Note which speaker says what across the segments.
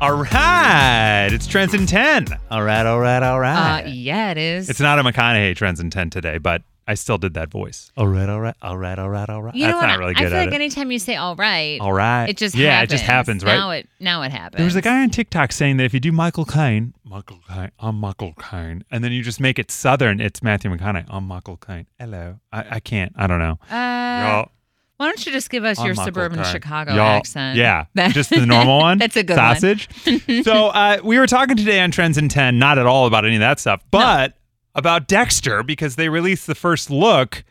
Speaker 1: All right. It's Trends in 10. All right, all right, all right.
Speaker 2: Uh, yeah, it is.
Speaker 1: It's not a McConaughey Trends in 10 today, but I still did that voice. All right, all right, all right, all right, all right.
Speaker 2: you know
Speaker 1: That's
Speaker 2: what?
Speaker 1: not really
Speaker 2: I
Speaker 1: good
Speaker 2: feel
Speaker 1: at
Speaker 2: like
Speaker 1: it.
Speaker 2: anytime you say "all right,"
Speaker 1: all right.
Speaker 2: it just
Speaker 1: yeah,
Speaker 2: happens.
Speaker 1: it just happens, right?
Speaker 2: Now it now it happens.
Speaker 1: There was a guy on TikTok saying that if you do Michael Caine, Michael Caine, I'm Michael Caine, and then you just make it Southern, it's Matthew McConaughey. I'm Michael Caine. Hello. I, I can't. I don't know.
Speaker 2: Uh,
Speaker 1: Y'all,
Speaker 2: why don't you just give us
Speaker 1: I'm
Speaker 2: your
Speaker 1: Michael
Speaker 2: suburban
Speaker 1: Caine.
Speaker 2: Chicago
Speaker 1: Y'all-
Speaker 2: accent?
Speaker 1: Yeah.
Speaker 2: That-
Speaker 1: just the normal one.
Speaker 2: That's a good one.
Speaker 1: Sausage. so uh, we were talking today on Trends in 10, not at all about any of that stuff, but about Dexter because they released the first look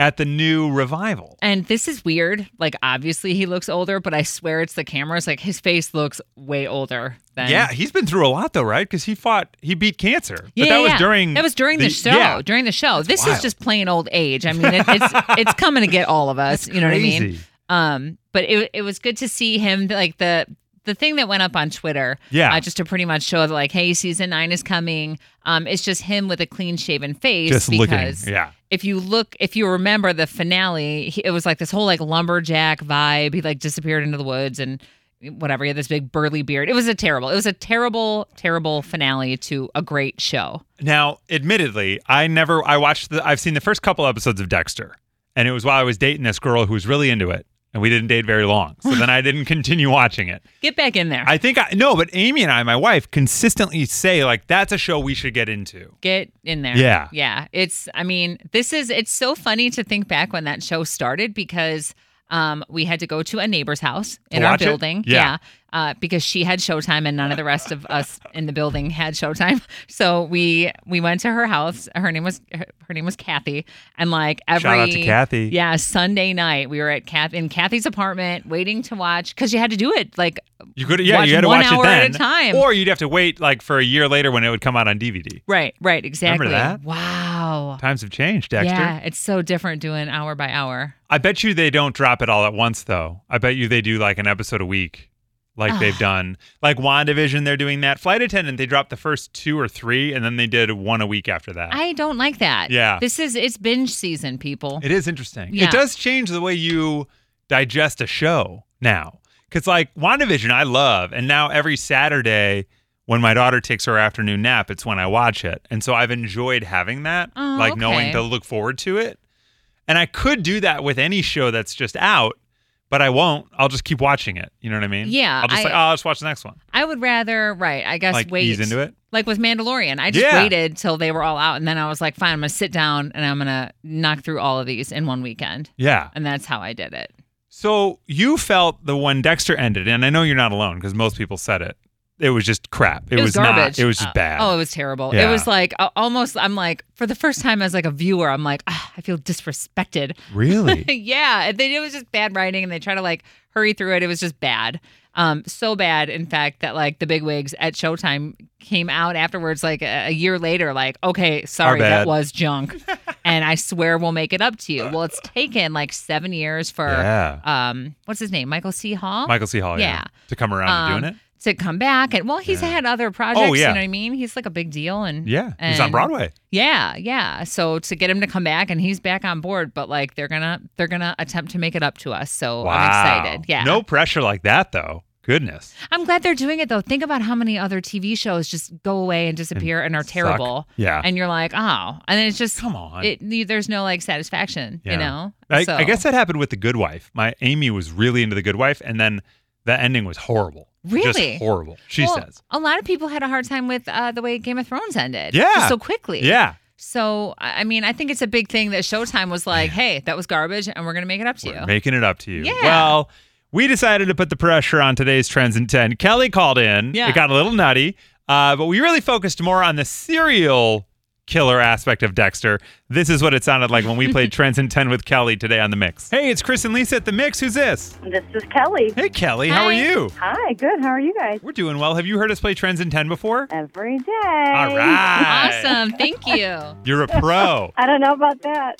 Speaker 1: at the new revival.
Speaker 2: And this is weird. Like, obviously he looks older, but I swear it's the cameras. Like his face looks way older than.
Speaker 1: Yeah, he's been through a lot though, right? Because he fought, he beat cancer. But
Speaker 2: Yeah,
Speaker 1: that
Speaker 2: yeah,
Speaker 1: was
Speaker 2: yeah.
Speaker 1: during
Speaker 2: that was during the, show.
Speaker 1: Yeah,
Speaker 2: During the show, this
Speaker 1: wild.
Speaker 2: is just plain old age. I mean, it, it's it's coming to get all of us. you know what I mean?
Speaker 1: crazy.
Speaker 2: Um, but it it was good to see him like the the thing that went up on Twitter.
Speaker 1: Yeah.
Speaker 2: Uh, just to pretty much show that like, hey, season nine is coming. Um, it's just him with a clean shaven face.
Speaker 1: Just looking.
Speaker 2: because
Speaker 1: Yeah.
Speaker 2: If you look, if you remember the finale, he, it was like this whole like lumberjack vibe. He like disappeared into the woods and whatever. He had this big burly beard. It was a terrible. It was a terrible, terrible finale to a great show.
Speaker 1: Now, admittedly, I never I watched the I've seen the first couple episodes of Dexter, and it was while I was dating this girl who was really into it, and we didn't date very long. So then I didn't continue watching it.
Speaker 2: Get back in there.
Speaker 1: I think I no, but Amy and I, my wife, consistently say like that's a show we should get into.
Speaker 2: get in there.
Speaker 1: Yeah.
Speaker 2: Yeah. It's, I mean, this is, it's so funny to think back when that show started because um, we had to go to a neighbor's house in our
Speaker 1: watch it?
Speaker 2: building.
Speaker 1: Yeah.
Speaker 2: Uh, because she had showtime and none of the rest of us in the building had showtime. So we, we went to her house. Her name was, her, her name was Kathy. And like every,
Speaker 1: Shout out to Kathy.
Speaker 2: Yeah. Sunday night, we were at Kath in Kathy's apartment waiting to watch because you had to do it like
Speaker 1: You could yeah,
Speaker 2: Watch
Speaker 1: you had to
Speaker 2: one
Speaker 1: watch
Speaker 2: hour
Speaker 1: it then.
Speaker 2: at a time.
Speaker 1: Or you'd have to wait like for a year later when it would come out on DVD.
Speaker 2: Right, right, exactly.
Speaker 1: that?
Speaker 2: Wow.
Speaker 1: Times have changed, Dexter.
Speaker 2: Yeah, it's so different doing hour by hour.
Speaker 1: I bet you they don't drop it all at once though. I bet you they do like an episode a week. Like they've done. Like WandaVision, they're doing that. Flight attendant, they dropped the first two or three and then they did one a week after that.
Speaker 2: I don't like that.
Speaker 1: Yeah.
Speaker 2: This is it's binge season, people.
Speaker 1: It is interesting.
Speaker 2: Yeah.
Speaker 1: It does change the way you digest a show now. Because, like, WandaVision, I love. And now every Saturday, when my daughter takes her afternoon nap, it's when I watch it. And so I've enjoyed having that,
Speaker 2: Oh,
Speaker 1: like,
Speaker 2: okay.
Speaker 1: knowing to look forward to it. And I could do that with any show that's just out, but I won't. I'll just keep watching it. You know what I mean?
Speaker 2: Yeah,
Speaker 1: I'll just,
Speaker 2: I-
Speaker 1: like, oh, I'll just watch the next one.
Speaker 2: I would rather, right, I guess
Speaker 1: Like,
Speaker 2: wait.
Speaker 1: ease into it.
Speaker 2: Like with Mandalorian. I just
Speaker 1: Yeah.
Speaker 2: waited till they were all out and then I was like, fine, I'm gonna sit down and I'm gonna knock through all of these in one weekend.
Speaker 1: Yeah.
Speaker 2: And that's how I did it.
Speaker 1: So you felt the when Dexter ended, and I know you're not alone because most people said it. It was just crap. It, was, not.
Speaker 2: garbage.
Speaker 1: It was just
Speaker 2: Uh,
Speaker 1: bad.
Speaker 2: Oh, it was terrible. It
Speaker 1: Yeah.
Speaker 2: was like a- almost. I'm like, for the first time as like a viewer, I'm like, ah, I feel disrespected.
Speaker 1: Really?
Speaker 2: yeah, and they, it was just bad writing, and they try to like hurry through it. It was just bad, um, so bad, in fact, that like the big wigs at Showtime came out afterwards, like a, a year later, like, okay, sorry, that
Speaker 1: bad."
Speaker 2: was junk, and I swear we'll make it up to you. Well, it's taken like seven years for
Speaker 1: yeah.
Speaker 2: um, what's his name, Michael C. Hall,
Speaker 1: Michael C. Hall. Yeah.
Speaker 2: Yeah.
Speaker 1: To come around to
Speaker 2: um,
Speaker 1: doing it.
Speaker 2: to come back, and well, he's
Speaker 1: Yeah. Oh,
Speaker 2: had other projects. You
Speaker 1: yeah.
Speaker 2: know what I mean? He's like a big deal, and
Speaker 1: Yeah. He's on
Speaker 2: and-
Speaker 1: Broadway.
Speaker 2: yeah, yeah. So to get him to come back and he's back on board, but like they're gonna they're gonna attempt to make it up to us. So I'm excited. Yeah.
Speaker 1: No pressure like that though. Goodness.
Speaker 2: I'm glad they're doing it though. Think about how many other TV shows just go away and disappear and, are
Speaker 1: Suck.
Speaker 2: terrible.
Speaker 1: Yeah.
Speaker 2: And you're like, oh, and then it's just
Speaker 1: Come on.
Speaker 2: It, you- there's no like satisfaction,
Speaker 1: Yeah.
Speaker 2: you know.
Speaker 1: I,
Speaker 2: So-
Speaker 1: I guess that happened with The Good Wife. My Amy was really into The Good Wife, and then the ending was horrible.
Speaker 2: Really?
Speaker 1: Just horrible. She
Speaker 2: Well,
Speaker 1: says.
Speaker 2: a lot of people had a hard time with uh, the way Game of Thrones ended.
Speaker 1: Yeah.
Speaker 2: just so quickly.
Speaker 1: Yeah.
Speaker 2: So I I mean, I think it's a big thing that Showtime was like, hey, that was garbage, and we're gonna make it up to
Speaker 1: We're
Speaker 2: you.
Speaker 1: making it up to you.
Speaker 2: Yeah.
Speaker 1: Well, we decided to put the pressure on today's trends in 10. Kelly called in.
Speaker 2: Yeah.
Speaker 1: It got a little nutty, uh, but we really focused more on the serial killer aspect of Dexter. This is what it sounded like when we played Trends in 10 with Kelly today on The Mix. Hey, it's Chris and Lisa at The Mix. Who's this?
Speaker 3: This is Kelly.
Speaker 1: Hey, Kelly. How are
Speaker 2: Hi.
Speaker 1: you?
Speaker 3: Hi, good. How are you guys?
Speaker 1: We're doing well. Have you heard us play Trends in 10 before?
Speaker 3: Every day.
Speaker 1: All right.
Speaker 2: Awesome, thank you.
Speaker 1: You're a pro.
Speaker 3: I don't know about that.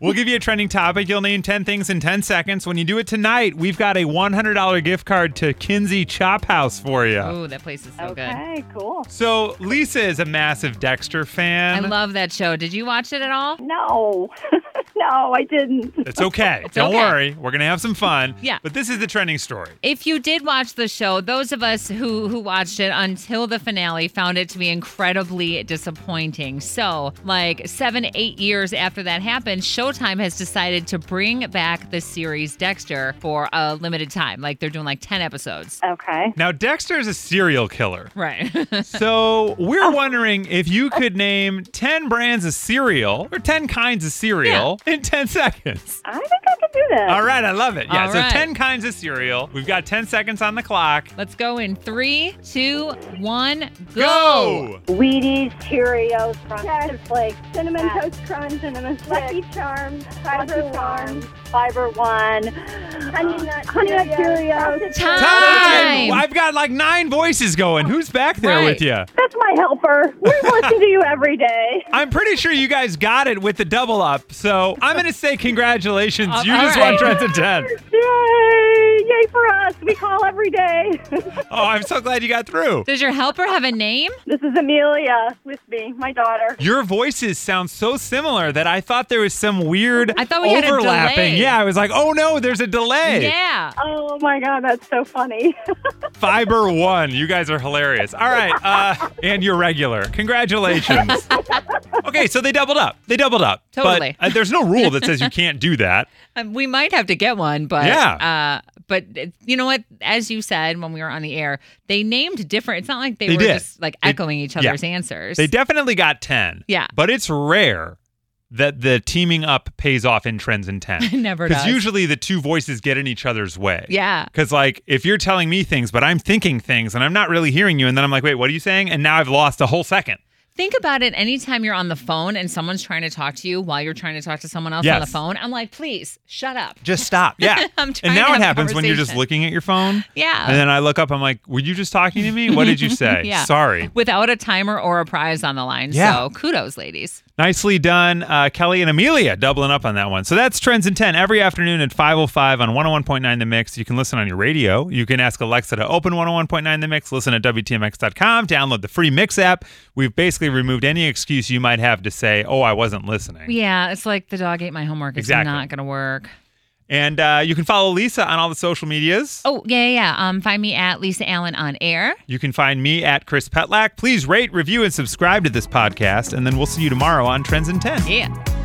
Speaker 1: We'll give you a trending topic. You'll name 10 things in 10 seconds. When you do it tonight, we've got a $100 gift card to Kinsey Chop House for you.
Speaker 2: Oh, that place is so good.
Speaker 3: okay, cool.
Speaker 1: So Lisa is a massive Dexter fan.
Speaker 2: I love that show. Did you watch it at all?
Speaker 3: No. No, I didn't.
Speaker 1: It's okay.
Speaker 2: It's
Speaker 1: Don't
Speaker 2: okay.
Speaker 1: worry. We're going to have some fun.
Speaker 2: Yeah.
Speaker 1: But this is the trending story.
Speaker 2: If you did watch the show, those of us who who watched it until the finale found it to be incredibly disappointing. So, like 7 8 years after that happened, Showtime has decided to bring back the series Dexter for a limited time. Like they're doing like 10 episodes.
Speaker 3: Okay.
Speaker 1: Now, Dexter is a serial killer.
Speaker 2: Right.
Speaker 1: So
Speaker 2: Oh.
Speaker 1: we're wondering if you could name 10 brands of cereal or 10 kinds of cereal in 10 seconds.
Speaker 3: I think I could do that.
Speaker 1: All right, I love it. Yeah,
Speaker 2: All
Speaker 1: so
Speaker 2: right.
Speaker 1: 10 kinds of cereal. We've got 10 seconds on the clock.
Speaker 2: Let's go in three, two, one, go.
Speaker 1: Go!
Speaker 4: Wheaties, Cheerios,
Speaker 3: Yes.
Speaker 4: Frosted Flakes,
Speaker 3: Cinnamon
Speaker 4: Uh,
Speaker 3: Toast Crunch,
Speaker 4: Cinnamon
Speaker 3: Lucky
Speaker 4: Flakes,
Speaker 3: Charms,
Speaker 4: Lucky
Speaker 3: Fiber Farm,
Speaker 4: Charms, Fiber One,
Speaker 3: Honey Nut
Speaker 4: Honey Nut
Speaker 3: Cheerios.
Speaker 4: Cheerios.
Speaker 2: Time!
Speaker 1: Time! I've got like nine voices going. Who's back there
Speaker 2: Right.
Speaker 1: with you?
Speaker 3: That's my helper. We listen to you every day.
Speaker 1: I'm pretty sure you guys got it with the double up. So I'm going to say congratulations.
Speaker 2: Uh,
Speaker 1: you
Speaker 2: all
Speaker 1: just won
Speaker 2: right.
Speaker 1: Trends in 10.
Speaker 3: Yay! Yay for us. We call every day.
Speaker 1: Oh, I'm so glad you got through.
Speaker 2: Does your helper have a name?
Speaker 3: this is Amelia with me, my daughter.
Speaker 1: Your voices sound so similar that I thought there was some weird
Speaker 2: I thought we had a
Speaker 1: overlapping.
Speaker 2: delay.
Speaker 1: Yeah, I was like, oh no, there's a delay.
Speaker 2: Yeah.
Speaker 3: Oh my God, that's so funny.
Speaker 1: Fiber One, you guys are hilarious. All right, uh, and you're regular. Congratulations. okay, so they doubled up. They doubled up. But,
Speaker 2: Totally.
Speaker 1: uh, there's no rule that says you can't do that.
Speaker 2: Um, we might have to get one, but
Speaker 1: Yeah.
Speaker 2: Uh, but uh, you know what? As you said when we were on the air, they named different. It's not like they,
Speaker 1: They
Speaker 2: were
Speaker 1: did.
Speaker 2: just like
Speaker 1: They-
Speaker 2: echoing each
Speaker 1: yeah.
Speaker 2: other's answers.
Speaker 1: They definitely got 10.
Speaker 2: Yeah.
Speaker 1: But it's rare that the teaming up pays off in trends in 10.
Speaker 2: It never
Speaker 1: Because
Speaker 2: does.
Speaker 1: usually the two voices get in each other's way.
Speaker 2: yeah.
Speaker 1: Because, like, if you're telling me things, but I'm thinking things and I'm not really hearing you, and then I'm like, wait, what are you saying? And now I've lost a whole second.
Speaker 2: Think about it. Anytime you're on the phone and someone's trying to talk to you while you're trying to talk to someone else on the
Speaker 1: Yes.
Speaker 2: phone, I'm like, please shut up.
Speaker 1: Just stop. Yeah.
Speaker 2: I'm
Speaker 1: and
Speaker 2: trying to
Speaker 1: now
Speaker 2: have
Speaker 1: it
Speaker 2: a
Speaker 1: happens when you're just
Speaker 2: conversation.
Speaker 1: looking at your phone.
Speaker 2: Yeah.
Speaker 1: And then I look up, I'm like, were you just talking to me? What did you say?
Speaker 2: Yeah.
Speaker 1: Sorry.
Speaker 2: Without a timer or a prize on the line.
Speaker 1: Yeah.
Speaker 2: So kudos, ladies.
Speaker 1: Nicely done, uh, Kelly and Amelia, doubling up on that one. So that's Trends in 10 every afternoon at 5.05 on 101.9 The Mix. You can listen on your radio. You can ask Alexa to open 101.9 The Mix, listen at WTMX.com, download the free Mix app. We've basically removed any excuse you might have to say, oh, I wasn't listening.
Speaker 2: Yeah. It's like the dog ate my homework. It's
Speaker 1: Exactly.
Speaker 2: not going to work.
Speaker 1: And uh, you can follow Lisa on all the social medias.
Speaker 2: Oh, yeah, yeah. yeah. Um, find me at Lisa Allen on air.
Speaker 1: You can find me at Chris Petlak. Please rate, review, and subscribe to this podcast. And then we'll see you tomorrow on Trends in 10.
Speaker 2: Yeah.